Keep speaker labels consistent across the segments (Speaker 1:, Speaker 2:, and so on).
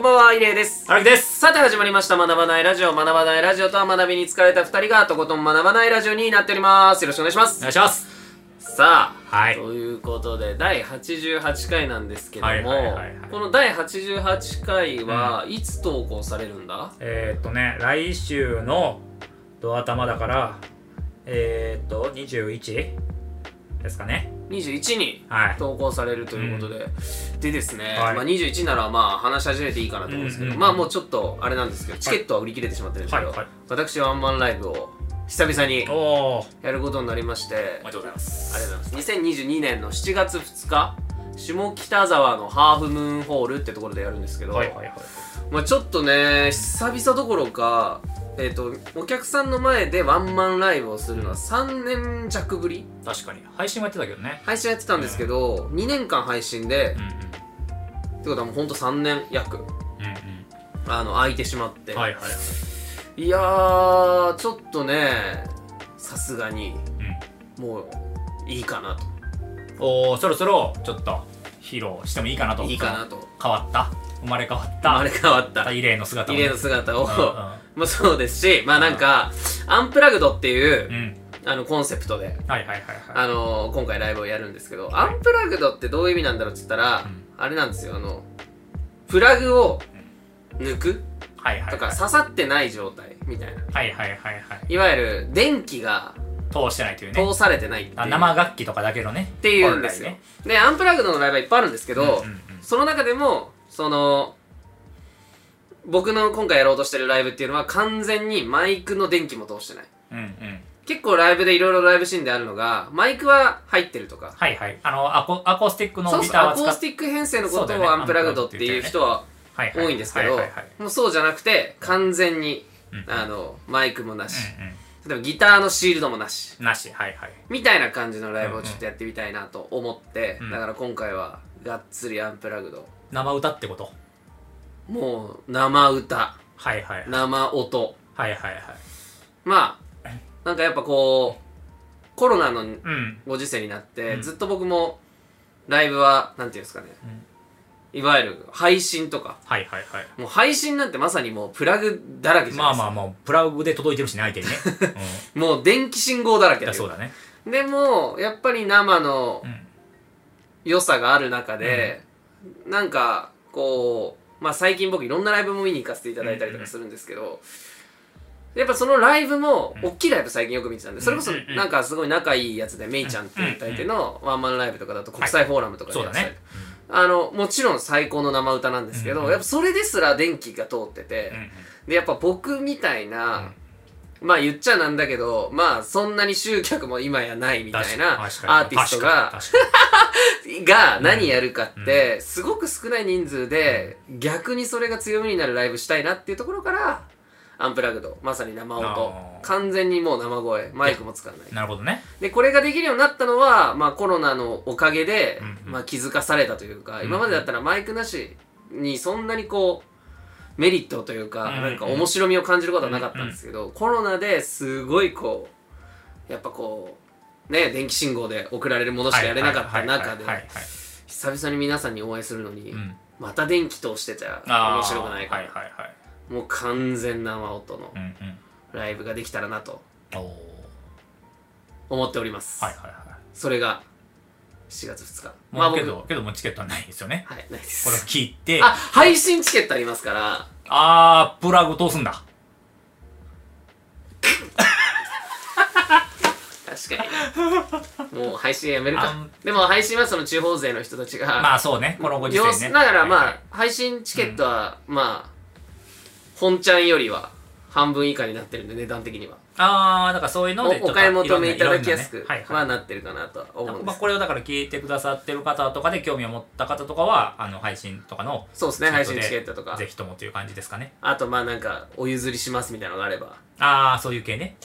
Speaker 1: ばんは、イレイです。
Speaker 2: 荒木です
Speaker 1: さて始まりました、学ばないラジオ。学ばないラジオとは学びに疲れた二人が、とことん学ばないラジオになっております。よろしくお願いしま
Speaker 2: お
Speaker 1: す。
Speaker 2: 願いします
Speaker 1: さあ、
Speaker 2: はい
Speaker 1: ということで、第88回なんですけども、
Speaker 2: はいはいはいはい
Speaker 1: この第88回は、いつ投稿されるんだ
Speaker 2: えー、っとね来週のドア玉だからえー、っと21ですかね
Speaker 1: ?21 に
Speaker 2: はい
Speaker 1: 投稿されるということで、でですね、
Speaker 2: はい
Speaker 1: まあ、21ならまあ話し始めていいかなと思うんですけど、
Speaker 2: うんうん
Speaker 1: まあもうちょっとあれなんですけど、チケットは売り切れてしまってるんですけど、
Speaker 2: はいはい
Speaker 1: 私ワンマンライブを久々に
Speaker 2: おおー
Speaker 1: やることになりまして
Speaker 2: おめでとうございます
Speaker 1: ありがとうございます2022年の7月2日下北沢のハーフムーンホールってところでやるんですけど、
Speaker 2: はいはいはい
Speaker 1: まあ、ちょっとね久々どころか、えっとお客さんの前でワンマンライブをするのは3年弱ぶり
Speaker 2: 確かに配信はやってたけどね
Speaker 1: 配信やってたんですけど、2年間配信で、ってことはもうほんと3年約
Speaker 2: うんうんうん
Speaker 1: あの空いてしまって、
Speaker 2: うんはいはいはい
Speaker 1: い、やーちょっとねさすがにもういいかなと
Speaker 2: うんおおそろそろちょっと披露してもいいかなと
Speaker 1: いいかなと
Speaker 2: 変わった生まれ変わっ
Speaker 1: あ
Speaker 2: た
Speaker 1: れ変わった
Speaker 2: 異例の姿を
Speaker 1: 異
Speaker 2: ね
Speaker 1: 例の姿を、
Speaker 2: う
Speaker 1: まあそうですし、まあなんか、アンプラグドっていう、
Speaker 2: んうん、うん
Speaker 1: あの、コンセプトで、
Speaker 2: はいはいはいはい
Speaker 1: あのー今回ライブをやるんですけど、アンプラグドってどういう意味なんだろうって言ったら、
Speaker 2: うん
Speaker 1: あれなんですよ、あの、プラグを抜く
Speaker 2: はいはい
Speaker 1: と
Speaker 2: は
Speaker 1: か、
Speaker 2: い
Speaker 1: 刺さってない状態みたいな。
Speaker 2: はいはいはいはい
Speaker 1: いわゆる、電気が
Speaker 2: 通してないというね
Speaker 1: 通されてないっていう,、
Speaker 2: あ生楽器とかだけどねっ
Speaker 1: っていうんですよ、で、アンプラグドのライブはいっぱいあるんですけど、
Speaker 2: うんうんうん
Speaker 1: その中でも、その、僕の今回やろうとしてるライブっていうのは完全にマイクの電気も通してない。
Speaker 2: うんうん
Speaker 1: 結構ライブでいろいろライブシーンであるのが、マイクは入ってるとか、
Speaker 2: はいはいあのアコアコースティックの
Speaker 1: そう
Speaker 2: ギ
Speaker 1: そう、
Speaker 2: ター
Speaker 1: ア
Speaker 2: は
Speaker 1: コ
Speaker 2: 使
Speaker 1: ー
Speaker 2: っ
Speaker 1: スティック編成のこ
Speaker 2: そうだ
Speaker 1: と
Speaker 2: よね
Speaker 1: をアンプラグドっていう人は
Speaker 2: はいはい
Speaker 1: 多いんですけど
Speaker 2: はいはいはい、
Speaker 1: もうそうじゃなくて、完全に
Speaker 2: うん、
Speaker 1: あの、マイクもなし、
Speaker 2: うん
Speaker 1: 例えばギターのシールドもなし、
Speaker 2: うんなしはいはい
Speaker 1: みたいな感じのライブをちょっとやってみたいなと思って
Speaker 2: うん、
Speaker 1: だから今回は、がっつりアンプラグド。
Speaker 2: 生歌ってこと
Speaker 1: もう、生歌、
Speaker 2: はいはいはい
Speaker 1: 生音。
Speaker 2: はいはいはい
Speaker 1: まあ、なんかやっぱこう、コロナの
Speaker 2: うん
Speaker 1: ご時世になって、
Speaker 2: うん
Speaker 1: ずっと僕もライブはなんていうんですかね、いわゆる配信とか
Speaker 2: はいはいはい
Speaker 1: もう配信なんてまさにもうプラグだらけじゃ
Speaker 2: ま
Speaker 1: ない
Speaker 2: あ
Speaker 1: ですか、
Speaker 2: まあまあプラグで届いてるしね相 手にね
Speaker 1: もう電気信号だら
Speaker 2: う
Speaker 1: け
Speaker 2: ん
Speaker 1: だ
Speaker 2: だ
Speaker 1: よ
Speaker 2: そうだね
Speaker 1: でもやっぱり生の
Speaker 2: うん
Speaker 1: 良さがある中で、なんかこうまあ最近僕いろんなライブも見に行かせていただいたりとかするんですけど、やっぱそのライブも、大きいライブ最近よく見てたんで、それこそ
Speaker 2: うんうんうん
Speaker 1: なんかすごい仲いいやつで、メイちゃんっていう歌い手のワンマンライブとかだと国際フォーラムとかで
Speaker 2: そう
Speaker 1: や
Speaker 2: だ
Speaker 1: ってたり
Speaker 2: ね
Speaker 1: あの、もちろん最高の生歌なんですけど、
Speaker 2: うんうん
Speaker 1: やっぱそれですら電気が通ってて、
Speaker 2: うんうん
Speaker 1: で、やっぱ僕みたいな、まあ言っちゃなんだけど、まあそんなに集客も今やないみたいなア
Speaker 2: 確か
Speaker 1: ー
Speaker 2: に
Speaker 1: ティストが、
Speaker 2: 確かに確か
Speaker 1: が何やるかって、すごく少ない人数で、逆にそれが強みになるライブしたいなっていうところから、アンプラグド、まさに生
Speaker 2: あ
Speaker 1: 音
Speaker 2: ー、
Speaker 1: 完全にもう生声、マイクも使わない
Speaker 2: に。なるほどね
Speaker 1: で、これができるようになったのは、まあコロナのおかげで、
Speaker 2: うんうん
Speaker 1: まあ気づかされたというか、
Speaker 2: うん
Speaker 1: 今までだったらマイクなしにそんなにこう、メリットというか、
Speaker 2: うんうん
Speaker 1: なんか面白みを感じることはなかったんですけど、コロナですごいこう、やっぱこう、ね、電気信号で送られるものしかやれなかった中で
Speaker 2: はい、はいはいはい
Speaker 1: 久々に皆さんにお会いするのに、
Speaker 2: うん
Speaker 1: また電気通してちゃ
Speaker 2: あー
Speaker 1: 面白くないから、
Speaker 2: はいはいはい
Speaker 1: もう完全生音の
Speaker 2: うんうん
Speaker 1: ライブができたらなと
Speaker 2: おー
Speaker 1: 思っております。
Speaker 2: はいはいはい
Speaker 1: それが、7月2日。
Speaker 2: まあ、けど、けどもうチケットはないですよね。
Speaker 1: はい、ないで
Speaker 2: これを
Speaker 1: す。
Speaker 2: 聞いて、
Speaker 1: あ、
Speaker 2: あ
Speaker 1: 配信チケットありますから、
Speaker 2: あー、プラグ通すんだ。
Speaker 1: 確か に。もう配信やめる
Speaker 2: あ
Speaker 1: か
Speaker 2: ん。
Speaker 1: でも配信はその地方勢の人たちが、
Speaker 2: まあそうね、このご時
Speaker 1: 様
Speaker 2: 世
Speaker 1: 子
Speaker 2: ね。
Speaker 1: ながらま
Speaker 2: は
Speaker 1: あ、配信チケットは、まあ、本ちゃんよりは半分以下になってるんで、値段的には。
Speaker 2: ああー、だからそういうのでちょっと
Speaker 1: おお買い求めいただきやす
Speaker 2: い
Speaker 1: く
Speaker 2: ろんなねはいはい
Speaker 1: はなってるかなとは思うんで
Speaker 2: まあ、
Speaker 1: す。
Speaker 2: これをだから聞いてくださってる方とかで興味を持った方とかは、あの、配信とかの、
Speaker 1: そうですね、配信チケットとか
Speaker 2: ぜ。ひともという感じですかね。
Speaker 1: あとまあなんか、お譲りしますみたいなのがあれば。
Speaker 2: ああ、そういう系ね。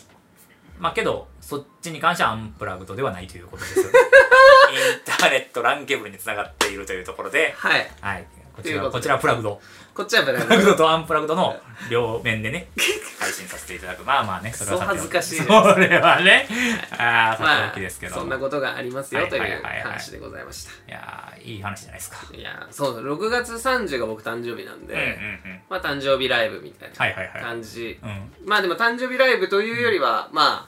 Speaker 2: まあけど、そっちに関してはアンプラグドではない ということですよね。インターネットランケブルにつながっているというところで、
Speaker 1: はい。
Speaker 2: はい。ことち
Speaker 1: いうこと
Speaker 2: ら、
Speaker 1: で
Speaker 2: こちらプラグド。
Speaker 1: こっちはブラ
Speaker 2: プ ラグド
Speaker 1: グ
Speaker 2: とアンプラグドの両面で ね、配信させていただく。まあまあね、それはさておき
Speaker 1: そう恥ずかしいです
Speaker 2: それはね、ああ、さ
Speaker 1: ま
Speaker 2: てお
Speaker 1: あ
Speaker 2: きですけ、ど。
Speaker 1: そんなことがあります
Speaker 2: は
Speaker 1: よ
Speaker 2: い
Speaker 1: と
Speaker 2: はいいはいはいう
Speaker 1: 話でございました。
Speaker 2: いやー、いい話じゃないですか。
Speaker 1: いや、そう、6月30が僕誕生日なんで、
Speaker 2: うんうんうん。
Speaker 1: まあ誕生日ライブみたい
Speaker 2: はいはいは。
Speaker 1: ない感じ。
Speaker 2: うん。はい
Speaker 1: まあでも誕生日ライブというよりは、まあ、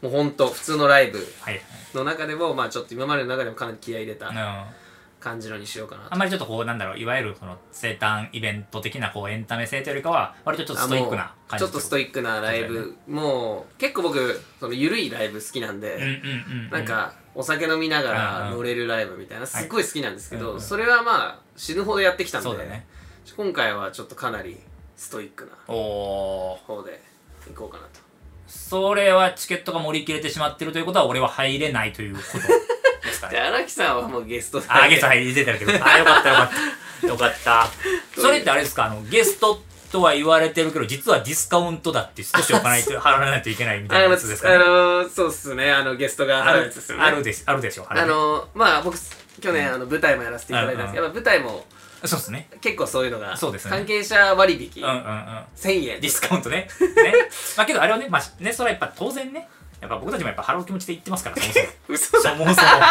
Speaker 1: もうほんと普通のライブ
Speaker 2: はい。
Speaker 1: の中でも、まあちょっと今までの中でもかなり気合い入れ
Speaker 2: う
Speaker 1: た
Speaker 2: ん
Speaker 1: 感じのにしようかなと
Speaker 2: あんまりちょっとこう、なんだろう、いわゆるその生誕イベント的なこうエンタメ性というよりかは、割とちょっとストイックな
Speaker 1: あもう
Speaker 2: 感
Speaker 1: ち
Speaker 2: じ
Speaker 1: ょっとストイックなライ
Speaker 2: そう
Speaker 1: ブ、もう結構僕その緩いライブ好きなんで、
Speaker 2: うんうんうんうん。
Speaker 1: なん、かお酒飲みながら乗れるライブみたいなすっごい好きなんですけど、
Speaker 2: うんうん
Speaker 1: それはまあ死ぬほどやってきたんで
Speaker 2: そうだね。
Speaker 1: 今回はちょっとかなりストイックな
Speaker 2: おー。
Speaker 1: 方で行こうかなと
Speaker 2: それはチケットが盛り切れてしまってるということは、俺は入れないということですか
Speaker 1: で
Speaker 2: ね。
Speaker 1: 荒木さんはもうゲストで
Speaker 2: あー、ゲスト入れてたけど。あー、よかったよかった。 よかった。それってあれですか、あの、ゲストとは言われてるけど、実はディスカウントだって少しお金払わないといけないみた
Speaker 1: あ
Speaker 2: い
Speaker 1: のあの
Speaker 2: なやつですかね。
Speaker 1: ーそうっすねあのゲストが
Speaker 2: あ
Speaker 1: ある
Speaker 2: る
Speaker 1: やつですよね
Speaker 2: あるでしあるでしょ、あ
Speaker 1: あ
Speaker 2: る
Speaker 1: のまあ僕去年あの舞台もやらせていただいたんですけど、やっぱ舞台も
Speaker 2: そうですね。
Speaker 1: 結構そういうのが
Speaker 2: そうですね
Speaker 1: 関係者割
Speaker 2: う
Speaker 1: 引、
Speaker 2: んうんうん。
Speaker 1: 1000円
Speaker 2: ディスカウントね。ね。まあけどあれはね、まあね、それはやっぱ当然ね、やっぱ僕たちもやっぱ払う気持ちで言ってますから、そもそも。
Speaker 1: 嘘
Speaker 2: そもそも、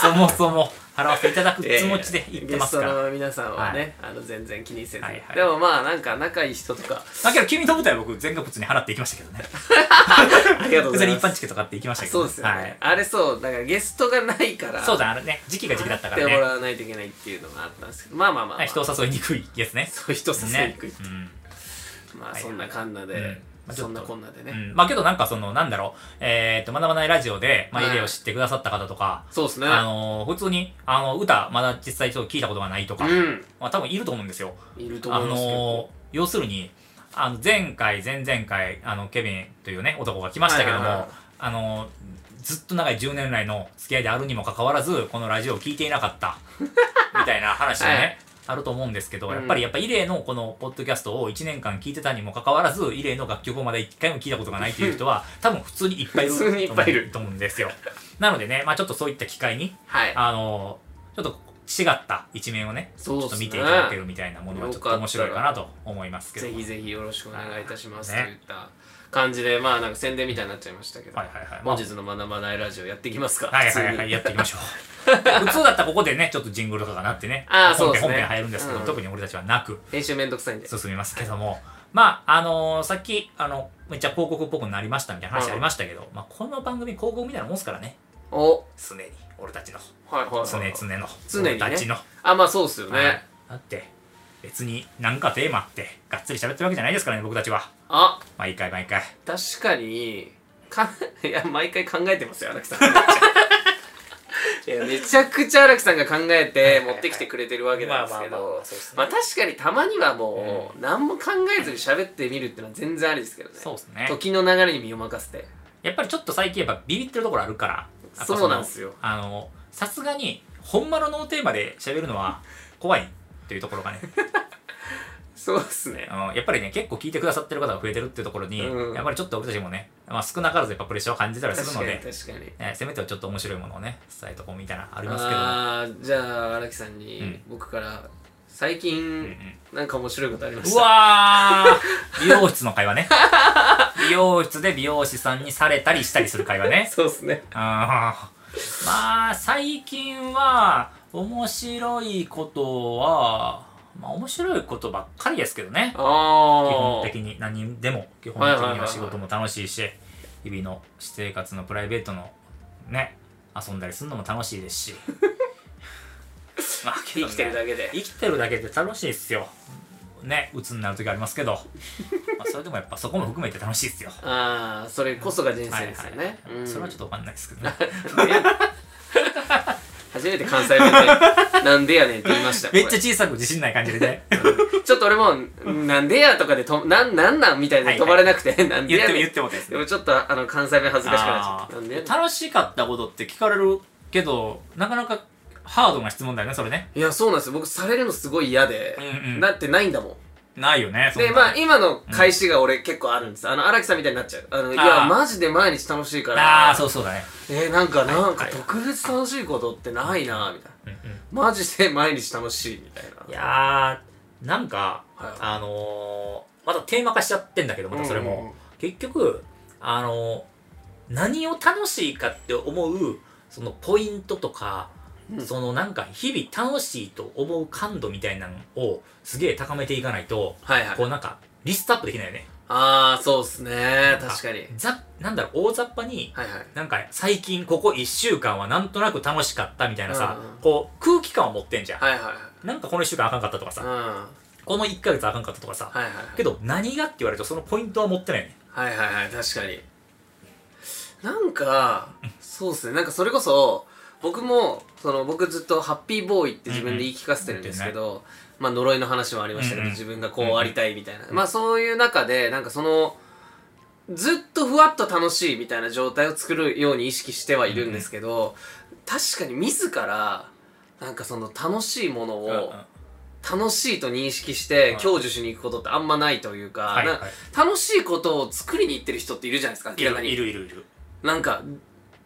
Speaker 2: そもそも払わせていただく気持ちで言ってますか
Speaker 1: ゲス
Speaker 2: ら。
Speaker 1: トの皆さんはね、
Speaker 2: は
Speaker 1: あの全然気にせず、
Speaker 2: はいはい
Speaker 1: でもまあなんか仲いい人とか
Speaker 2: だけど君と舞台は僕全額普通に払っていきましたけどね。
Speaker 1: ありがとうご
Speaker 2: 普
Speaker 1: ざ
Speaker 2: 通
Speaker 1: い
Speaker 2: に
Speaker 1: ます
Speaker 2: 一般チケット買っていきましたけど
Speaker 1: そうですよね、
Speaker 2: はい
Speaker 1: あれそうだからゲストがないから
Speaker 2: そうだ、あのね、時期が時期だったか
Speaker 1: や
Speaker 2: ら
Speaker 1: っても
Speaker 2: ね。
Speaker 1: らわないといけないっていうのがあったんですけどまあまあまあ、ま
Speaker 2: は
Speaker 1: あ、
Speaker 2: い人を誘いにくいですね。
Speaker 1: そう人誘いにくい、
Speaker 2: ねうん
Speaker 1: まあ
Speaker 2: はい
Speaker 1: そんなかんなで、
Speaker 2: うんまあちょ
Speaker 1: そ
Speaker 2: っと
Speaker 1: んなこんなでね、
Speaker 2: うんまあけどなんかその、なんだろう、えーっと、学ばないラジオで、まあ、
Speaker 1: はい
Speaker 2: イデを知ってくださった方とか、
Speaker 1: そうですね
Speaker 2: あのー、普通に、あの、歌、まだ実際ちょっと聞いたことがないとか、
Speaker 1: うん
Speaker 2: まあ多分いると思うんですよ。
Speaker 1: いると
Speaker 2: あ
Speaker 1: 思いますけど、
Speaker 2: のー、要するに、あの、前回、前々回、あの、ケビンというね、男が来ましたけど
Speaker 1: はいはいはい
Speaker 2: も、あのー、ずっと長い10年来の付き合いであるにもかかわらず、このラジオを聞いていな かった、みたいな話がね、
Speaker 1: はい
Speaker 2: あると思うんですけど、
Speaker 1: うん
Speaker 2: やっぱり、やっぱ、イレイのこのポッドキャストを1年間聞いてたにもかかわらず、イレイの楽曲をまだ1回も聞いたことがないという人は、多分普通にいっぱいいると
Speaker 1: 普
Speaker 2: 思う。
Speaker 1: 通にいっぱいいる
Speaker 2: と思うんですよ。 なのでね、まあちょっとそういった機会に、
Speaker 1: はい
Speaker 2: あのー、ちょっと違った一面をね、
Speaker 1: そう
Speaker 2: ち
Speaker 1: で
Speaker 2: ょっ
Speaker 1: す
Speaker 2: と
Speaker 1: ね
Speaker 2: 見ていただけるみたいなものがちょっと面白いかなと思いますけど。
Speaker 1: ぜひぜひよろしくお願いいたしますと
Speaker 2: ね
Speaker 1: いった感じで、まあなんか宣伝みたいになっちゃいましたけど、
Speaker 2: はいはいはい
Speaker 1: 本日の学ばないラジオやっていきますか、
Speaker 2: はいはい
Speaker 1: 普
Speaker 2: は
Speaker 1: 通
Speaker 2: い、
Speaker 1: に
Speaker 2: やっていきましょう。 普通だったらここでね、ちょっとジングルとかがなってね、
Speaker 1: あーそう
Speaker 2: 本
Speaker 1: です
Speaker 2: 編
Speaker 1: ね
Speaker 2: 本編入るんですけど、
Speaker 1: うん
Speaker 2: 特に俺たちはなく
Speaker 1: 編集めんどくさいんで
Speaker 2: 進みますけども、まあ、あのーさっき、あの、めっちゃ広告っぽくなりましたみたいな話ありましたけど、まあ、この番組広告みたいなもんすからね、
Speaker 1: お
Speaker 2: 常に、俺たちの、
Speaker 1: はいはい、はい、
Speaker 2: 常々の、
Speaker 1: 常にね
Speaker 2: 俺たちの、
Speaker 1: あまあそうっすよね、
Speaker 2: はいだって、別になんかテーマあって、がっつり喋ってるわけじゃないですからね、僕たちは。
Speaker 1: あ
Speaker 2: 毎回毎回。
Speaker 1: 確かにか いや毎回考えてますよ荒木 さんいやめちゃくちゃ荒木さんが考えて持ってきてくれてるわけなんですけ
Speaker 2: まあまあま
Speaker 1: ど
Speaker 2: あそうですね
Speaker 1: まあ確かにたまにはもう何も考えずに喋ってみるってのは全然ありですけどね
Speaker 2: そうですね。
Speaker 1: 時の流れに身を任せて
Speaker 2: やっぱりちょっと最近やっぱビビってるところあるから。やっぱの
Speaker 1: そうなんすよ。
Speaker 2: あの、さすがに、ほんまのノーテーマで喋るのは怖いというところがね、
Speaker 1: そうっすね
Speaker 2: あのやっぱりね、結構聞いてくださってる方が増えてるっていうところに、
Speaker 1: うん
Speaker 2: やっぱりちょっと俺たちもね、まあ少なからずやっぱプレッシャーを感じたりす
Speaker 1: 確
Speaker 2: る
Speaker 1: か
Speaker 2: の
Speaker 1: に
Speaker 2: で、
Speaker 1: 確かに
Speaker 2: ねせめてはちょっと面白いものをね、伝えとこうみたいなのありますけども。
Speaker 1: ああーじゃあ荒木さん
Speaker 2: う
Speaker 1: に
Speaker 2: ん
Speaker 1: 僕から最近
Speaker 2: ん
Speaker 1: なんか面白いことありまし
Speaker 2: う
Speaker 1: た
Speaker 2: わー美容室の会話ね。美容室で美容師さんにされたりしたりする会話ね。
Speaker 1: そうっすね
Speaker 2: あーまあ最近は面白いことは、まあ、面白いことばっかりですけどね
Speaker 1: あ
Speaker 2: 基
Speaker 1: あ
Speaker 2: 本的に何でも基本
Speaker 1: はい
Speaker 2: 的
Speaker 1: はいは
Speaker 2: に
Speaker 1: いは
Speaker 2: はい仕事も楽しいし日々の私生活のプライベートのね遊んだりするのも楽しいですし まあけど
Speaker 1: 生き
Speaker 2: ね
Speaker 1: てるだけで
Speaker 2: 生きてるだけで楽しいですよね鬱になる時ありま すけどまあそれでもやっぱそこも含めて楽しいですよ
Speaker 1: ああそれこそが人生ですよ
Speaker 2: はい
Speaker 1: ね
Speaker 2: はいそれはちょ
Speaker 1: と
Speaker 2: っとわかんないですけどね
Speaker 1: 初めて関西弁で「なんでやねん」って言いました
Speaker 2: めっちゃ
Speaker 1: こ
Speaker 2: 小さく自信ない感じ でね
Speaker 1: れちょっと俺も「なんでや」とかでと「なんなんなん」みたいな
Speaker 2: はい
Speaker 1: の
Speaker 2: は
Speaker 1: 止ま
Speaker 2: い
Speaker 1: れなくて 「なんで
Speaker 2: 言っ
Speaker 1: や
Speaker 2: ても
Speaker 1: ね
Speaker 2: 言っ
Speaker 1: ん
Speaker 2: てもです」
Speaker 1: でもちょっとあの関西弁恥ずかしくなっちゃ
Speaker 2: あ
Speaker 1: った「なんでやね
Speaker 2: ー
Speaker 1: ん」
Speaker 2: 楽しかったことって聞かれるけどなかなかハードな質問だよねそれね
Speaker 1: いやそうなんですよ僕されるのすごい嫌で、
Speaker 2: うんうん
Speaker 1: なってないんだもん
Speaker 2: ないよねそんな
Speaker 1: でまあ今の返しが俺結構あるんです、あの荒木さんみたいになっちゃうあのい
Speaker 2: あ
Speaker 1: や
Speaker 2: ー
Speaker 1: マジで毎日楽しいから
Speaker 2: あーそうそうだね
Speaker 1: えーなんかなんか
Speaker 2: はい
Speaker 1: 特別楽しいことってないなみたいな、
Speaker 2: うんうん
Speaker 1: マジで毎日楽しいみたい
Speaker 2: い
Speaker 1: な。
Speaker 2: やー、なんか、
Speaker 1: はい
Speaker 2: あのー、またテーマ化しちゃってんだけど、またそれ
Speaker 1: うんうんうん
Speaker 2: も。結局、あのー、何を楽しいかって思う、そのポイントとか、
Speaker 1: うん
Speaker 2: そのなんか日々楽しいと思う感度みたいなのをすげえ高めていかないと、
Speaker 1: はいはい。
Speaker 2: こうなんかリストアップできないよね。
Speaker 1: ああ、そうっすね。確かに。
Speaker 2: ざ、なんだろう、大雑把に、
Speaker 1: はいはい。
Speaker 2: なんか最近ここ1週間はなんとなく楽しかったみたいなさ、
Speaker 1: うんうん
Speaker 2: こう空気感を持ってんじゃん。
Speaker 1: はいはいはい。
Speaker 2: なんかこの1週間あかんかったとか
Speaker 1: う
Speaker 2: さ、
Speaker 1: ん。は
Speaker 2: この1ヶ月あかんかったとかさ、
Speaker 1: いはい。
Speaker 2: けど何がって言われるとそのポイントは持ってないよね。
Speaker 1: はいはいはい、確かに。なんか、そうっすね。なんかそれこそ、僕も、その僕ずっとハッピーボーイって自分で言い聞かせてるんですけど、まあ呪いの話もありましたけ
Speaker 2: うん
Speaker 1: ど、
Speaker 2: うん
Speaker 1: 自分がこうありたいみたいな。まあそういう中で、なんかその、ずっとふわっと楽しいみたいな状態を作るように意識してはいるんですけど、確かに自ら、なんかその楽しいもの
Speaker 2: うんうん
Speaker 1: を楽しいと認識して
Speaker 2: うん
Speaker 1: 享受しに行くことってあんまないというか、
Speaker 2: はい
Speaker 1: な
Speaker 2: はい
Speaker 1: 楽しいことを作りに行ってる人っているじゃないですか、
Speaker 2: い
Speaker 1: 明らか
Speaker 2: るい
Speaker 1: に。
Speaker 2: るいるいる。
Speaker 1: なんか、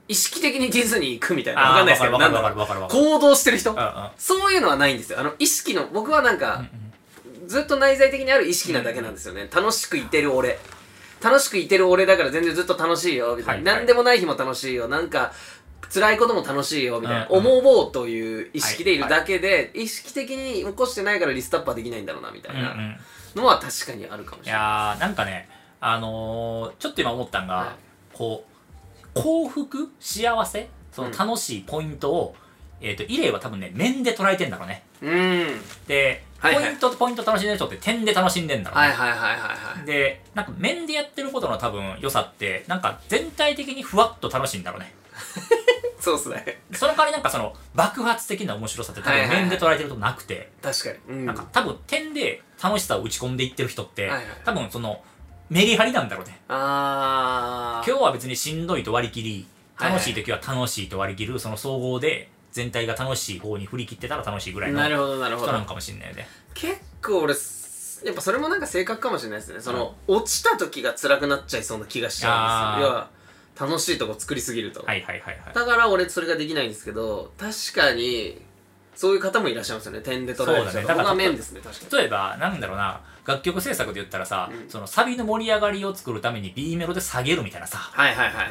Speaker 1: 意識的にディズニー行くみたいな。わ
Speaker 2: あ
Speaker 1: か
Speaker 2: ー
Speaker 1: んないですけど、
Speaker 2: わか
Speaker 1: なん
Speaker 2: る
Speaker 1: だ
Speaker 2: わ
Speaker 1: ろ
Speaker 2: かる
Speaker 1: う
Speaker 2: わかるわか
Speaker 1: 行
Speaker 2: る。
Speaker 1: 動してる人
Speaker 2: うんうん
Speaker 1: そういうのはないんですよ。あの、意識の、僕はなんか、ずっと内在的にある意識なだけなんですよね。楽しくいてる俺。楽しくいてる俺だから全然ずっと楽しいよ、みたいな。
Speaker 2: はいはい
Speaker 1: 何でもない日も楽しいよ。なんか、辛いことも楽しいよ、みたいな。
Speaker 2: うんうん
Speaker 1: 思おうという意識でいるだけで、意識的に起こしてないからリストアップはできないんだろうな、みたい
Speaker 2: うんう。
Speaker 1: なんのは確かにあるかもし
Speaker 2: い
Speaker 1: れない。
Speaker 2: やー、なんかね、あのー、ちょっと今思ったんが、
Speaker 1: はい
Speaker 2: こう、幸福幸せその楽しいポイントを、えっ、と、イレイは多分ね、面で捉えてんだろうね。
Speaker 1: うん。
Speaker 2: で、
Speaker 1: はいはい
Speaker 2: ポイントとポイント楽しんでる人って点で楽しんでんだろうね。
Speaker 1: はいはいはいはいはい。
Speaker 2: で、なんか面でやってることの多分良さって、なんか全体的にふわっと楽しいんだろうね。
Speaker 1: そうっす ね。
Speaker 2: その代わりなんかその爆発的な面白さって多
Speaker 1: はい
Speaker 2: 分
Speaker 1: はいはい
Speaker 2: 面で捉えてることなくて、
Speaker 1: 確かに。うん。
Speaker 2: なんか多分点で楽しさを打ち込んでいってる人って、
Speaker 1: はいはい
Speaker 2: 多分そのメリハリなんだろうね。
Speaker 1: あー。
Speaker 2: 今日は別にしんどいと割り切り、
Speaker 1: はいはい
Speaker 2: 楽しい時は楽しいと割り切る、その総合で全体が楽しい方に振り切ってたら楽しいぐらいの
Speaker 1: なる
Speaker 2: 人
Speaker 1: ほどなるほど
Speaker 2: な。のかもしれないよね。
Speaker 1: 結構俺、すやっぱそれもなんか性格かもしれないですね。その、落ちた時が辛くなっちゃいそうな気がしちゃうんですよ。要は、楽しいとこ作りすぎると。
Speaker 2: はいはいはいはい。
Speaker 1: だから俺それができないんですけど、確かに、そういう方もいらっしゃいますよね。点で捉える
Speaker 2: そうだ
Speaker 1: 人。
Speaker 2: ね
Speaker 1: ここ
Speaker 2: だから
Speaker 1: が面ですね、確かに。
Speaker 2: 例えば、なんだろうな、楽曲制作で言ったらさ、
Speaker 1: うん
Speaker 2: そのサビの盛り上がりを作るために B メロで下げるみたいなさ、
Speaker 1: はいはいはいはいはい。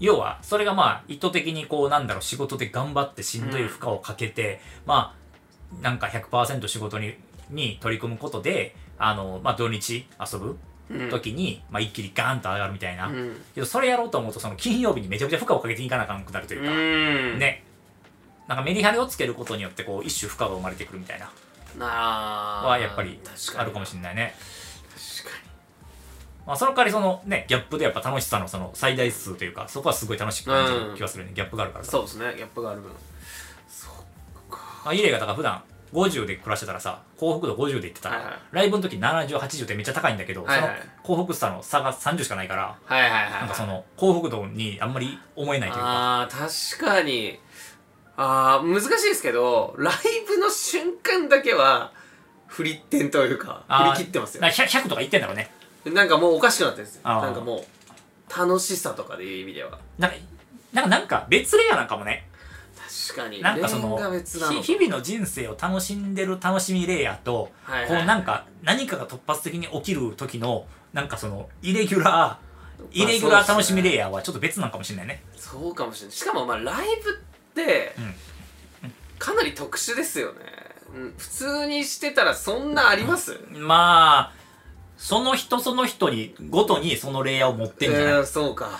Speaker 2: 要は、それがまあ、意図的にこう、なんだろう、仕事で頑張ってしんどい負荷をかけて、まあ、なんか100%仕事に、に取り組むことで、あの、まあ、土日遊ぶ
Speaker 1: うん
Speaker 2: 時に、まあ、一気にガーンと上がるみたいな。
Speaker 1: うん。
Speaker 2: けど、それやろうと思うと、その金曜日にめちゃくちゃ負荷をかけていかなあかんくなると
Speaker 1: う
Speaker 2: いうか、
Speaker 1: ーん。。
Speaker 2: ね。なんかメリハリをつけることによって、こう、一種負荷が生まれてくるみたいな、
Speaker 1: なあ。
Speaker 2: はやっぱり
Speaker 1: 確かに
Speaker 2: あるかもしれないね。
Speaker 1: 確かに。
Speaker 2: まあ、その代わりそのね、ギャップでやっぱ楽しさのその最大数というか、そこはすごい楽しく感じる気がするね。ギャップがあるからさ。
Speaker 1: そうですね。ギャップがある分。
Speaker 2: まあ、イレイがだから普段50で暮らしてたらさ、幸福度50で行ってたら、
Speaker 1: はいはい
Speaker 2: ライブの時70、80ってめっちゃ高いんだけど、
Speaker 1: はいはい
Speaker 2: その幸福さの差が30しかないから、
Speaker 1: はいはいはいはい。
Speaker 2: なんかその幸福度にあんまり思えないというか、
Speaker 1: あー確かにあー難しいですけどライブの瞬間だけは振り点というか
Speaker 2: あー
Speaker 1: 振り切ってますよ
Speaker 2: なんか 100, 100とか言ってんだろうね。
Speaker 1: なんかもうおかしくなってるんですよ
Speaker 2: あー
Speaker 1: なんかもう楽しさとかでいう意味では
Speaker 2: なんか、なんかなんか別レアなんかもね。
Speaker 1: 確かに
Speaker 2: なんかそ
Speaker 1: レ
Speaker 2: の
Speaker 1: ンが、別なのか
Speaker 2: ひ日々の人生を楽しんでる楽しみレイヤーと、
Speaker 1: はいはい
Speaker 2: こうなんか何かが突発的に起きる時の、なんかその、イレギュラー、イレギュラー楽しみレイヤーはちょっと別なんかもしれないね。
Speaker 1: そうかもしれないしかもまあライブって
Speaker 2: うん
Speaker 1: かなり特殊ですよね、うん、普通にしてたらそんなあります、
Speaker 2: まあ、その人その人に、ごとにそのレイヤーを持ってんじゃない、
Speaker 1: うんそうか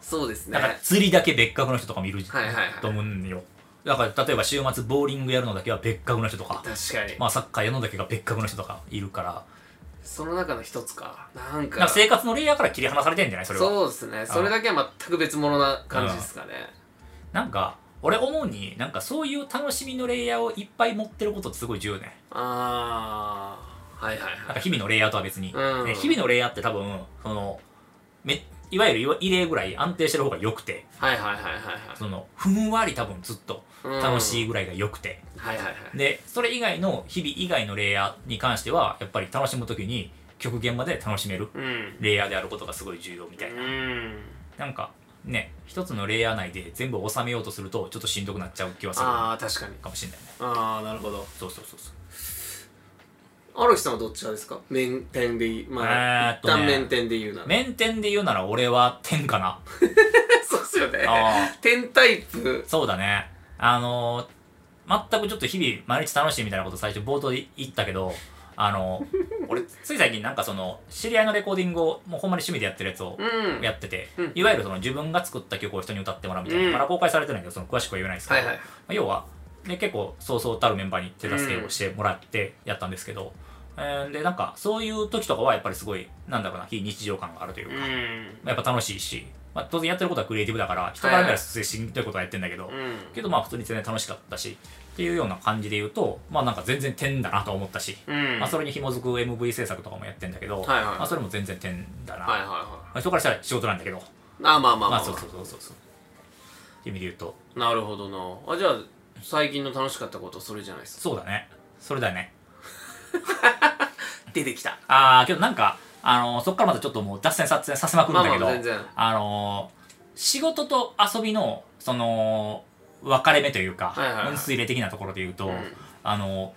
Speaker 1: そうです
Speaker 2: うん。
Speaker 1: ね
Speaker 2: だから釣りだけ別格の人とかもいる
Speaker 1: はいはいはい
Speaker 2: と思うんよ。だから例えば週末ボーリングやるのだけは別格の人とか、
Speaker 1: 確かに、
Speaker 2: まあサッカーやるのだけが別格の人とかいるから、
Speaker 1: その中の一つかなんか
Speaker 2: なんか生活のレイヤーから切り離されてんじゃないそれは。
Speaker 1: そうですねそれだけは全く別物な感じですかね
Speaker 2: なんか、俺思うに、なんかそういう楽しみのレイヤーをいっぱい持ってることってすごい重要ね。
Speaker 1: ああはいはい
Speaker 2: なん
Speaker 1: は
Speaker 2: か
Speaker 1: い
Speaker 2: 日々のレイヤーとは別に。
Speaker 1: うん
Speaker 2: ね日々のレイヤーって多分、その、めいわゆる異例ぐらい安定してる方が良くて、
Speaker 1: はいはいはいはい
Speaker 2: その、ふんわり多分ずっと
Speaker 1: はい
Speaker 2: 楽しい
Speaker 1: い
Speaker 2: ぐらいが良くて、
Speaker 1: はいはいはい
Speaker 2: でそれ以外の日々以外のレイヤーに関してはやっぱり楽しむ時に極限まで楽しめる
Speaker 1: うん
Speaker 2: レイヤーであることがすごい重要みたいうな、
Speaker 1: ん
Speaker 2: なんかね一つのレイヤー内で全部収めようとするとちょっとしんどくなっちゃう気はする
Speaker 1: ああ確かに
Speaker 2: かもしれないね
Speaker 1: ああなるほど
Speaker 2: そうそうそうそう
Speaker 1: 荒木さんはどっち派ですか面点でいいまあ、
Speaker 2: えーっ
Speaker 1: 一
Speaker 2: とね
Speaker 1: 旦面点で言うなら
Speaker 2: 面点で言うなら俺は点かな
Speaker 1: そうっすよね
Speaker 2: あ
Speaker 1: 点タイプ
Speaker 2: そうだねあのー全くちょっと日々毎日楽しいみたいなこと最初冒頭で言ったけど あのー俺つい最近なんかその知り合いのレコーディングをもうほんまに趣味でやってるやつを
Speaker 1: うん
Speaker 2: やってて、
Speaker 1: うん
Speaker 2: いわゆるその自分が作った曲を人に歌ってもらうみたいな、
Speaker 1: うん
Speaker 2: まだ公開されてないけどその詳しくは言えないですけ
Speaker 1: は
Speaker 2: ど、
Speaker 1: いはい
Speaker 2: まあ要は、ね、結構そうそうたるメンバーに手助けをしてもらってやったんですけど、えーでなんかそういう時とかはやっぱりすごいなんだろうな非日常感があるという
Speaker 1: う
Speaker 2: か、
Speaker 1: ん
Speaker 2: やっぱ楽しいし、まあ、当然やってることはクリエイティブだから人から見たらすげえしんどいことはやってんだけど、
Speaker 1: うん
Speaker 2: けどまあ普通に全然楽しかったしっていうような感じで言うとまあなんか全然点だなと思ったし、
Speaker 1: うん
Speaker 2: まあ、それに紐づく MV 制作とかもやってんだけど、
Speaker 1: はいはい
Speaker 2: まあ、それも全然点だな、
Speaker 1: はいはい
Speaker 2: ま
Speaker 1: は
Speaker 2: あ、人からしたら仕事なんだけど
Speaker 1: いあまあまあまあ、
Speaker 2: まあそうそうそうそうそうっていう意味で言うと
Speaker 1: なるほどなあじゃあ最近の楽しかったことそれじゃないですか
Speaker 2: そうだねそれだね
Speaker 1: 出てきた
Speaker 2: ああけどなんかあのーそっからまたちょっともう脱線させさせまくるんだけど、
Speaker 1: まあまあ全然
Speaker 2: あのー仕事と遊びのその分かれ目というか、
Speaker 1: はいはいはい
Speaker 2: 分水嶺的なところで言うと、
Speaker 1: うん
Speaker 2: あの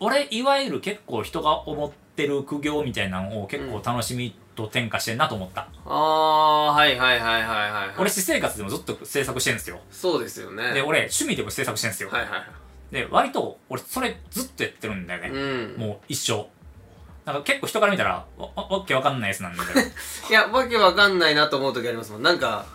Speaker 2: 俺いわゆる結構人が思ってる苦行みたいなのを結構楽しみと転化してんなと思った、
Speaker 1: ああーはいはいはいはいはいはい
Speaker 2: 俺私生活でもずっと制作してんですよ
Speaker 1: そうですよね
Speaker 2: で俺趣味でも制作してんですよ、
Speaker 1: はいはいは
Speaker 2: で割と俺それずっとやってるんだよ
Speaker 1: い
Speaker 2: ね、
Speaker 1: うん
Speaker 2: もう一生なんか結構人から見たらわわわけわかんないやつなんだけど
Speaker 1: いやわけわかんないなと思う時ありますもんなんか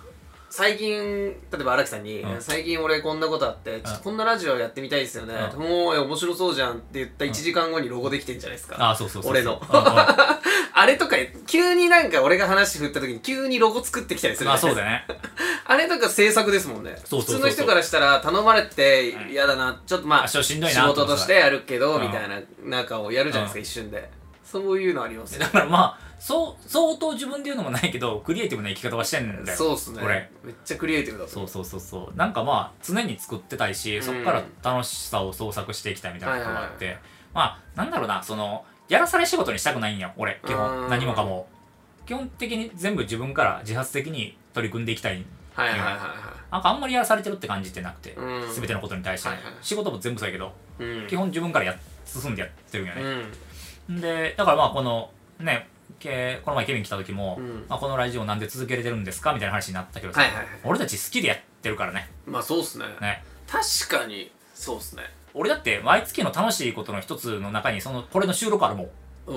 Speaker 1: 最近例えば荒木さんに、
Speaker 2: うん
Speaker 1: 最近俺こんなことあってちょっとこんなラジオやってみたいですよね、
Speaker 2: う
Speaker 1: もうえ面白そうじゃんって言った1時間後にロゴできてんじゃない ですか、
Speaker 2: ああそうそうそう
Speaker 1: 俺の
Speaker 2: うんうん
Speaker 1: あれとか急になんか俺が話振った時に急にロゴ作ってきたりするじゃ
Speaker 2: ま
Speaker 1: な
Speaker 2: あ
Speaker 1: いですか
Speaker 2: そうだね
Speaker 1: あれとか制作ですもんね。
Speaker 2: そうそうそうそう
Speaker 1: 普通の人からしたら頼まれて
Speaker 2: うん
Speaker 1: 嫌だな、ちょっとまあ、
Speaker 2: あちょっとしんどいな
Speaker 1: 仕事としてやるけど、
Speaker 2: うん
Speaker 1: みたいな、中をやるじゃないですか、
Speaker 2: う
Speaker 1: 一瞬で。そういうのあります
Speaker 2: だ
Speaker 1: ね。
Speaker 2: からまあそう相当自分で言うのもないけどクリエイティブな生き方はしてんだ よ
Speaker 1: そうっすね
Speaker 2: 俺。
Speaker 1: めっちゃクリエイティブだと
Speaker 2: そ
Speaker 1: 思
Speaker 2: うそうそうそうなんかまあ常に作ってたいし、
Speaker 1: ん
Speaker 2: そこから楽しさを創作していきたいみたいなことがあって、
Speaker 1: は
Speaker 2: まあなんだろうなそのやらされ仕事にしたくないんよ俺基
Speaker 1: う
Speaker 2: 本
Speaker 1: ん
Speaker 2: 何もかも基本的に全部自分から自発的に取り組んでいきたい
Speaker 1: はいはいはい
Speaker 2: なんかあんまりやらされてるって感じってなくて、
Speaker 1: うん
Speaker 2: 全てのことに対して、
Speaker 1: はいはい
Speaker 2: 仕事も全部そうやけど、
Speaker 1: はい。うん。
Speaker 2: 基本自分からや進んでやってるんよね、
Speaker 1: うん。
Speaker 2: でだからまあこのねけこの前ケビン来た時も、
Speaker 1: うん
Speaker 2: まあ、このラジオなんで続けれてるんですかみたいな話になったけどさ、
Speaker 1: はいはいはい。
Speaker 2: 俺たち好きでやってるからね
Speaker 1: まあそうっすね。
Speaker 2: ね
Speaker 1: 確かに、そうっすね。
Speaker 2: 俺だって毎月の楽しいことの一つの中にそのこれの収録あるもん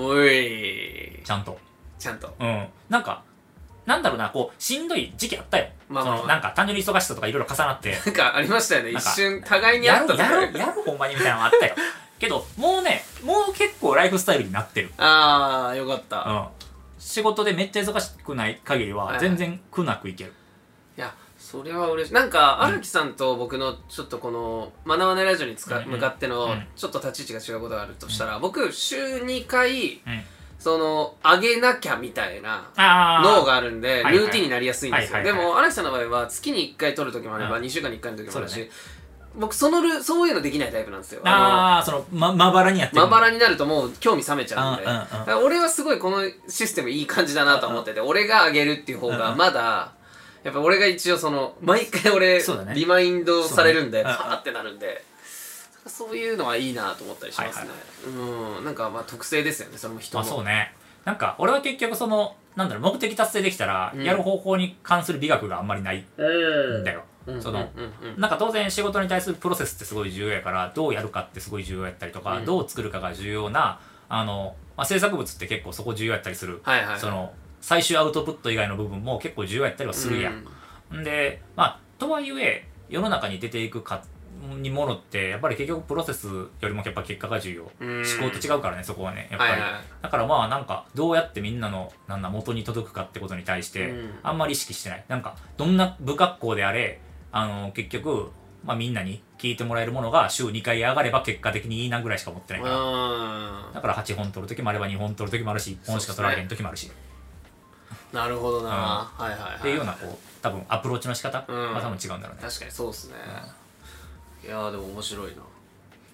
Speaker 1: おい
Speaker 2: ちゃんと
Speaker 1: ちゃんと。
Speaker 2: うんなんかなんだろうなこうしんどい時期あったよ、
Speaker 1: まあまあまあ
Speaker 2: そのなんか単純に忙しさとかいろいろ重な って
Speaker 1: なんかありましたよね、
Speaker 2: な
Speaker 1: 一
Speaker 2: んか
Speaker 1: 瞬、互いに
Speaker 2: や
Speaker 1: あっ
Speaker 2: る
Speaker 1: た
Speaker 2: や
Speaker 1: ね
Speaker 2: るやるほんまにみたいなのあったよけどもうねもう結構ライフスタイルになってる
Speaker 1: ああ、よかった。
Speaker 2: うん仕事でめっちゃ忙しくない限り
Speaker 1: はい
Speaker 2: は
Speaker 1: はい
Speaker 2: 全然苦なくいける、
Speaker 1: いやそれは嬉しいなんか荒木さんと僕のちょっとこの「学ばないラジオ」に使
Speaker 2: うんうん
Speaker 1: 向かっての
Speaker 2: うん
Speaker 1: ちょっと立ち位置が違うことがあるとしたら僕週2回
Speaker 2: うん
Speaker 1: その上げなきゃみたいな
Speaker 2: ああ
Speaker 1: 脳があるんで
Speaker 2: はい
Speaker 1: ルーティンになりやすいんです
Speaker 2: は
Speaker 1: よ
Speaker 2: いは
Speaker 1: で
Speaker 2: いはい
Speaker 1: も荒木さんの場合は月に1回撮る時もあれば
Speaker 2: うん
Speaker 1: 2週間に1回の時もある
Speaker 2: そうだ
Speaker 1: し僕そのルそういうのできないタイプなんですよあ
Speaker 2: ああそのままばらにやって
Speaker 1: のまば
Speaker 2: ら
Speaker 1: らになるともう興味冷めちゃうんで
Speaker 2: うんうんうん
Speaker 1: だから俺はすごいこのシステムいい感じだなと思ってて俺が上げるっていう方がまだやっぱ俺が一応その毎回俺
Speaker 2: そうだね
Speaker 1: リマインドされるんで
Speaker 2: そ
Speaker 1: パ
Speaker 2: うねうんうん
Speaker 1: ーってなるんでそういうのはいいなと思ったりしますねうんなんかまあ特性ですよねそれも人
Speaker 2: ま
Speaker 1: の
Speaker 2: あそうねなんか俺は結局そのなんだろう目的達成できたら、
Speaker 1: うん
Speaker 2: やる方法に関する美学があんまりない
Speaker 1: うん
Speaker 2: んだよ、
Speaker 1: うん
Speaker 2: そ
Speaker 1: うん
Speaker 2: の、
Speaker 1: うん
Speaker 2: なんか当然仕事に対するプロセスってすごい重要やからどうやるかってすごい重要やったりとか、
Speaker 1: うん
Speaker 2: どう作るかが重要なあの、まあ、制作物って結構そこ重要やったりする、
Speaker 1: はいはい
Speaker 2: その最終アウトプット以外の部分も結構重要やったりはするやん、んでまあとはいえ世の中に出ていくかにものってやっぱり結局プロセスよりもやっぱ結果が重要、
Speaker 1: うんうん
Speaker 2: 思考と違うからねそこはねやっぱり、
Speaker 1: はいはい
Speaker 2: だからまあなんかどうやってみんなのなんだ元に届くかってことに対して
Speaker 1: うん
Speaker 2: あんまり意識してないなんかどんな不格好であれあの結局、まあ、みんなに聞いてもらえるものが週2回上がれば結果的にいいなぐらいしか思ってないから
Speaker 1: うん
Speaker 2: だから8本取る時もあれば2本取る時もあるし1本しか取られへん時もあるし、
Speaker 1: なるほどなはいはいはい
Speaker 2: っていうようなこう多分アプローチの仕方
Speaker 1: うん
Speaker 2: は多分違うんだろうね、
Speaker 1: 確かにそうっすねいやーでも面白いな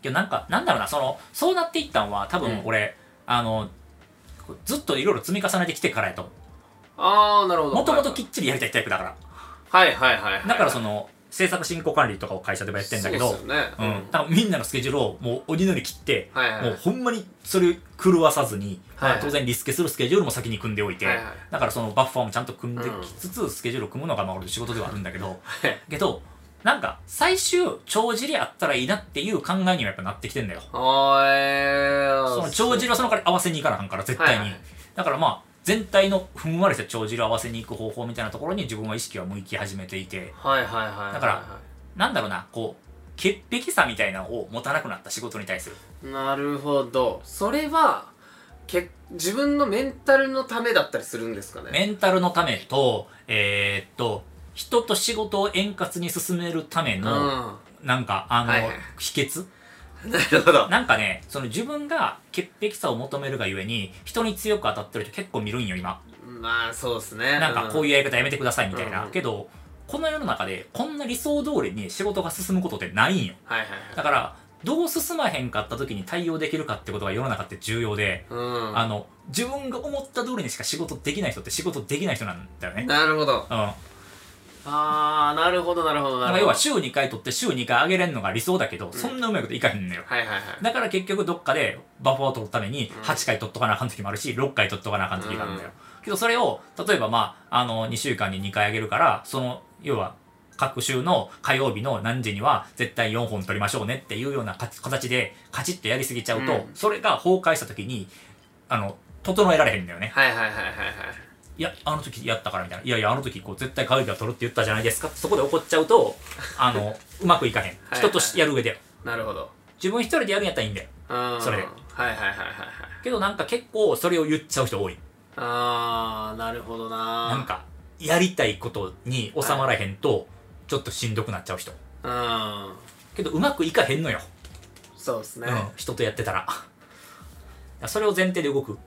Speaker 2: けどなんかなんだろうなそのそうなっていったんは多分俺、あのこうずっといろいろ積み重ねてきてからやと
Speaker 1: ああなるほど
Speaker 2: もともと
Speaker 1: はい
Speaker 2: きっちりやりたいタイプだから
Speaker 1: はいはいはい、はい、
Speaker 2: だからそ
Speaker 1: の
Speaker 2: の制作進行管理とかを会社でもやってんだけど
Speaker 1: そうですよね、
Speaker 2: うん、だからみんなのスケジュールをもう鬼のように切って、
Speaker 1: はいはい
Speaker 2: もうほんまにそれ狂わさずに、
Speaker 1: はいはい
Speaker 2: まあ当然リスケするスケジュールも先に組んでおいて、
Speaker 1: はいはい
Speaker 2: だからそのバッファーもちゃんと組んできつつ、スケジュールを組むのがまあ俺の仕事ではあるんだけど、
Speaker 1: い
Speaker 2: けどなんか最終帳尻あったらいいなっていう考えにはやっぱなってきてんだよ
Speaker 1: あーえー
Speaker 2: その帳尻はその代わり合わせにいかなあかんから絶対に、
Speaker 1: はいはい
Speaker 2: だからまあ全体のふんわりした帳尻を合わせにいく方法みたいなところに自分は意識は向き始めていて
Speaker 1: はいはいはいはい
Speaker 2: だかなんだろうなこう潔癖さみたいなのを持たなくなった仕事に対する
Speaker 1: なるほどそれはけ自分のメンタルのためだったりするんですかね
Speaker 2: メンタルのためと、えーっと、人と仕事を円滑に進めるため
Speaker 1: うん
Speaker 2: の、
Speaker 1: な
Speaker 2: なんか、あの、
Speaker 1: はいはい
Speaker 2: 秘訣
Speaker 1: るほど
Speaker 2: なんかね、その自分が潔癖さを求めるがゆえに、人に強く当たってる人結構見るんよ、今。
Speaker 1: まあそうですね
Speaker 2: なんか、こういう
Speaker 1: いう
Speaker 2: やり方やめてください、みたいな。
Speaker 1: うん
Speaker 2: けど、この世の中で、こんな理想通りに仕事が進むことってないんよ。
Speaker 1: はいはい
Speaker 2: だから、どう進まへんかった時に対応できるかってことが世の中って重要で、
Speaker 1: はい
Speaker 2: あの、自分が思った通りにしか仕事できない人って仕事できない人なんだよ
Speaker 1: う
Speaker 2: ね
Speaker 1: ん。なるほど
Speaker 2: うん。
Speaker 1: ああなるほどなるほど
Speaker 2: ま
Speaker 1: な
Speaker 2: あ
Speaker 1: る
Speaker 2: 要
Speaker 1: ほ
Speaker 2: は
Speaker 1: ど
Speaker 2: 週2回取って週2回上げれるのが理想だけど、そんなうまいこといかへんのよ。
Speaker 1: はいはいはい
Speaker 2: だから結局どっかでバッファーを取るために8回取っとかなあかん時もあるし、6回取っとかなあかん時があるんだよ。けどそれを、例えばまあ、あの、2週間に2回上げるから、その、要は、各週の火曜日の何時には絶対4本取りましょうねっていうようなか形で、カチッとやりすぎちゃうと、
Speaker 1: うん
Speaker 2: それが崩壊した時に、あの、整えられへんだよね。
Speaker 1: はいはいはいはいはい
Speaker 2: いや、あの時やったからみたいな。いやいや、あの時こう絶対会議は取るって言ったじゃないですかってそこで怒っちゃうと、あの、うまく いかへん。
Speaker 1: い
Speaker 2: 人としやる上で。
Speaker 1: なるほど
Speaker 2: 自分一人でやるんやったらいいんだよ。
Speaker 1: うん
Speaker 2: それ
Speaker 1: はいはいはいはいはい
Speaker 2: けどなんか結構それを言っちゃう人多い。
Speaker 1: ああなるほどな
Speaker 2: なんか、やりたいことに収まらへんと、ちょっとしんどくなっちゃう人。
Speaker 1: うん
Speaker 2: けどうまくいかへんのよ。
Speaker 1: そうですね
Speaker 2: うん、人とやってたら。それを前提で動く。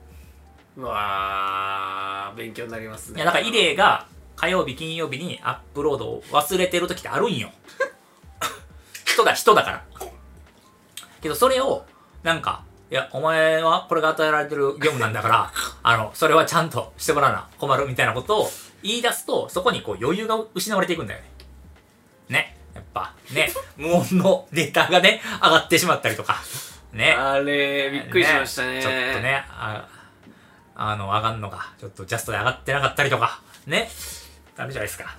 Speaker 1: うわー勉強になります
Speaker 2: い
Speaker 1: ね
Speaker 2: や、だからイレイが火曜日、金曜日にアップロードを忘れてる時ってあるんよ。 人だ、人だから。けどそれを、なんか、いや、お前はこれが与えられてる業務なんだから、 あの、それはちゃんとしてもらわな困るみたいなことを言い出すと、そこにこう余裕が失われていくんだよね。ね。やっぱ、ね。無音のデータがね、上がってしまったりとか。ね。
Speaker 1: あれびっくりしましたね
Speaker 2: ちょっとね、ああの、上がんのが、ちょっとジャストで上がってなかったりとか、ね、ダメじゃないですか。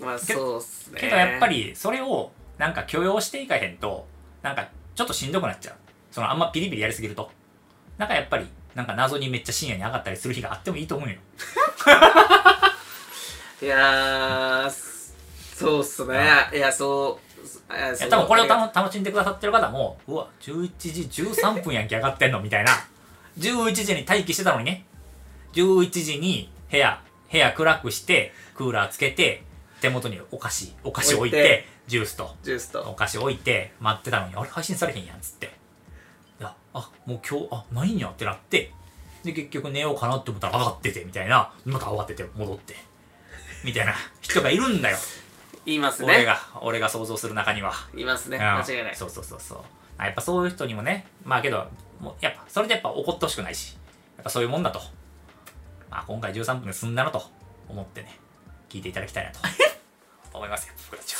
Speaker 1: まあそうっすね
Speaker 2: けどやっぱり、それを、なんか許容していかへんと、なんか、ちょっとしんどくなっちゃう。その、あんまピリピリやりすぎると。なんかやっぱり、なんか謎にめっちゃ深夜に上がったりする日があってもいいと思うよ。
Speaker 1: いやーそうっすねいやそうすあ
Speaker 2: い
Speaker 1: そ
Speaker 2: や、
Speaker 1: う
Speaker 2: 多分これをたの楽しんでくださってる方も、うわ、11時13分やんけ上がってんのみたいな。11時に待機してたのにね。11時に部屋、部屋暗くして、クーラーつけて、手元にお菓子、お菓子置いて、
Speaker 1: 置いて
Speaker 2: ジュースと、
Speaker 1: ジュース
Speaker 2: お
Speaker 1: と
Speaker 2: 菓子置いて、待ってたのに、あれ配信されへんやん、つって。いや、あ、もう今日、あ、ないんやってなって、で、結局寝ようかなって思ったら上がってて、みたいな。また慌てて戻って。みたいな人がいる んだよ。
Speaker 1: 言います
Speaker 2: 俺
Speaker 1: ね
Speaker 2: が、俺が想像する中には。
Speaker 1: 言いますね
Speaker 2: うん
Speaker 1: 間違いない
Speaker 2: そうそうそうそうあやっぱそういう人にもねまあけどもうやっぱそれでやっぱ怒ってほしくないしやっぱそういうもんだと、まあ、今回13分で済んだなと思ってね聞いていただきたい なと思いますよ僕たち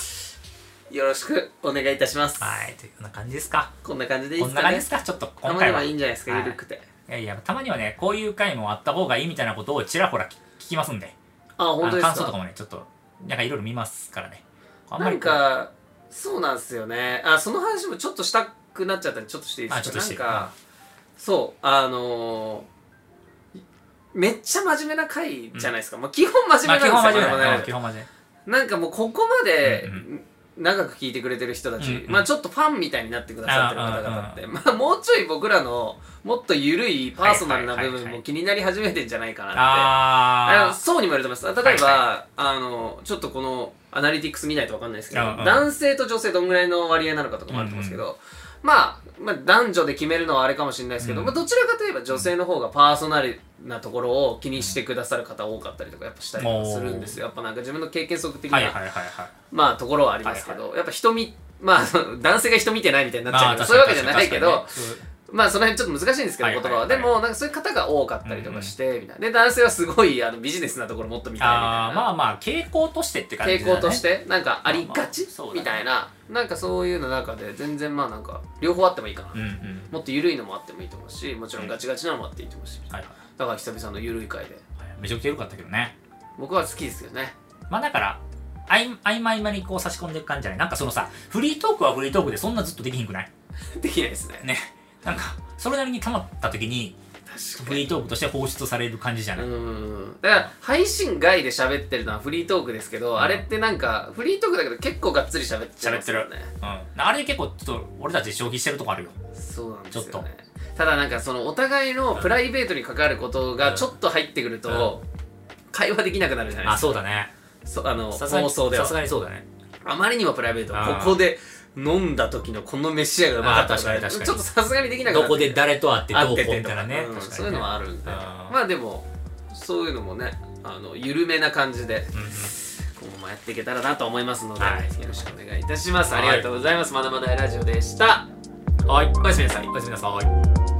Speaker 1: よろしくお願いいたします
Speaker 2: ははいというような感じですか
Speaker 1: こんな感じでいい
Speaker 2: こ
Speaker 1: で
Speaker 2: ん
Speaker 1: す
Speaker 2: な
Speaker 1: か
Speaker 2: 感じ
Speaker 1: ね
Speaker 2: ですかちょっと
Speaker 1: た
Speaker 2: 今
Speaker 1: まに
Speaker 2: 回
Speaker 1: は
Speaker 2: はい
Speaker 1: いん
Speaker 2: い
Speaker 1: じゃないですか
Speaker 2: はい
Speaker 1: ゆるくて
Speaker 2: やいやたまにはねこういう回もあった方がいいみたいなことをちらほら聞きますんで
Speaker 1: あ本当
Speaker 2: あ
Speaker 1: で
Speaker 2: の
Speaker 1: す
Speaker 2: 感想とか
Speaker 1: か
Speaker 2: もねちょっとなんかいろいろ見ますからねあ
Speaker 1: なん
Speaker 2: こう
Speaker 1: かそうなんですよねあその話もちょっとしたくなっちゃったんでちょっとしていいで
Speaker 2: あ
Speaker 1: す
Speaker 2: ちょっ
Speaker 1: か
Speaker 2: と
Speaker 1: な
Speaker 2: し
Speaker 1: ん
Speaker 2: て
Speaker 1: かそうあのーめっちゃ真面目な回じゃないですか、まあ、基本真
Speaker 2: まあ
Speaker 1: 面
Speaker 2: 基
Speaker 1: 目
Speaker 2: 本
Speaker 1: なん
Speaker 2: 真
Speaker 1: ですよ、これも
Speaker 2: 面目だ
Speaker 1: ね
Speaker 2: ね基本真面目
Speaker 1: なんかもうここまで
Speaker 2: うん
Speaker 1: 長く聞いてくれてる人たち、
Speaker 2: うんうん
Speaker 1: まあちょっとファンみたいになってくださってる方々って、
Speaker 2: あ
Speaker 1: まあもうちょい僕らのもっと緩いパーソナルな部
Speaker 2: はいはい
Speaker 1: 分
Speaker 2: はいは
Speaker 1: も
Speaker 2: い
Speaker 1: 気になり始めてんじゃないかなって。あの
Speaker 2: ああ
Speaker 1: そうにも言われてます。例えば、
Speaker 2: はいは
Speaker 1: あの、ちょっとこのアナリティクス見ないとわかんないですけど、
Speaker 2: うんうん
Speaker 1: 男性と女性どんぐらいの割合なのかとかもあると思うんですけど、まあ、まあ、男女で決めるのはあれかもしれないですけど、
Speaker 2: うん
Speaker 1: まあ、どちらかといえば女性の方がパーソナルなところを気にしてくださる方多かったりとかやっぱしたりとかするんですよ。やっぱなんか自分の経験則的な、
Speaker 2: はいはいはいはい
Speaker 1: まあところはありますけど、
Speaker 2: はい
Speaker 1: やっぱ人見まあ 男性が人見てないみたいになっちゃうけど、
Speaker 2: まあ
Speaker 1: そういうわけじゃないけど、
Speaker 2: 確かに確かに
Speaker 1: まあその辺ちょっと難しいんですけど、
Speaker 2: は
Speaker 1: 言
Speaker 2: いはい
Speaker 1: 葉
Speaker 2: はい
Speaker 1: は。でも、なんかそういう方が多かったりとかして、みたいな。で、男性はすごいあのビジネスなところもっと見たいみたい
Speaker 2: あ
Speaker 1: な。
Speaker 2: ーまあまあ傾向としてって感じ
Speaker 1: 傾
Speaker 2: だね
Speaker 1: 向としてなんかありがち
Speaker 2: まあまあそうだね
Speaker 1: みたいななんかそういうの中で全然まあなんか両方あってもいいかな
Speaker 2: うんうん
Speaker 1: もっと緩いのもあってもいいと思うしもちろんガチガチなのもあっていいと思うし
Speaker 2: はいは
Speaker 1: だから久々の緩い回で
Speaker 2: いはいめちゃくちゃ良かったけどね
Speaker 1: 僕は好きですよね
Speaker 2: まあだからあい合間合間にこう差し込んでいく感じじゃないなんかそのさフリートークはフリートークでそんなずっとできひんくない
Speaker 1: できないですね
Speaker 2: ねなんかそれなりに溜まった時に
Speaker 1: 確
Speaker 2: フリートークとして放出される感じじゃ
Speaker 1: う
Speaker 2: ない、
Speaker 1: んだから配信外で喋ってるのはフリートークですけど、
Speaker 2: ん
Speaker 1: あれってなんかフリートークだけど結構がっつり喋ってますよね
Speaker 2: うん、あれ結構ちょっと俺たち消費してるとこあるよ
Speaker 1: そうなんです
Speaker 2: ちょ
Speaker 1: よ
Speaker 2: っ
Speaker 1: ねただなんかそのお互いのプライベートに関わることがちょっと入ってくると会話できなくなるじゃない
Speaker 2: あ
Speaker 1: ですか
Speaker 2: そうだね
Speaker 1: そうあの
Speaker 2: さすがに
Speaker 1: 放送では
Speaker 2: さすがにそうだね
Speaker 1: あまりにもプライベート
Speaker 2: あー
Speaker 1: ここで飲んだ時のこの飯屋がうまかったと
Speaker 2: あー確かに確かに
Speaker 1: ちょっとさすがにできなくな
Speaker 2: ど
Speaker 1: って
Speaker 2: こで誰と会って
Speaker 1: 会
Speaker 2: ど
Speaker 1: っ
Speaker 2: うこ
Speaker 1: て
Speaker 2: う
Speaker 1: て
Speaker 2: みたいなね
Speaker 1: とかうん
Speaker 2: 確かにね
Speaker 1: そういうのはあるんで
Speaker 2: あー
Speaker 1: まあでもそういうのもねあの緩めな感じで
Speaker 2: うんうん
Speaker 1: 今後もやっていけたらなと思いますので、
Speaker 2: はい
Speaker 1: よろしくお願いいたします、
Speaker 2: はい
Speaker 1: ありがとうございますまだまだラジオでした
Speaker 2: はいおやすみなさいおやすみなさい